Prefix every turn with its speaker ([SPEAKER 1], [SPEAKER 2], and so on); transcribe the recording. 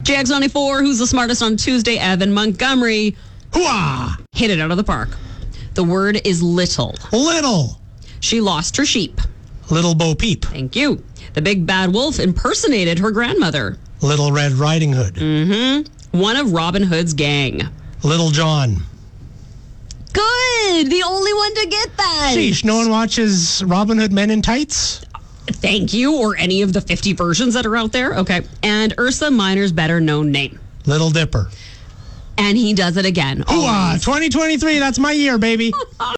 [SPEAKER 1] Jags 94, who's the smartest on Tuesday? Evan Montgomery. Hooah! Hit it out of the park. The word is little.
[SPEAKER 2] Little.
[SPEAKER 1] She lost her sheep.
[SPEAKER 2] Little Bo Peep.
[SPEAKER 1] Thank you. The big bad wolf impersonated her grandmother.
[SPEAKER 2] Little Red Riding Hood.
[SPEAKER 1] One of Robin Hood's gang.
[SPEAKER 2] Little John.
[SPEAKER 1] Good! The only one to get that.
[SPEAKER 2] Sheesh, no one watches Robin Hood Men in Tights?
[SPEAKER 1] Thank you, or any of the 50 versions that are out there. Okay. And Ursa Minor's better known name.
[SPEAKER 2] Little Dipper.
[SPEAKER 1] And he does it again. Oh,
[SPEAKER 2] Hooah! 2023, that's my year, baby.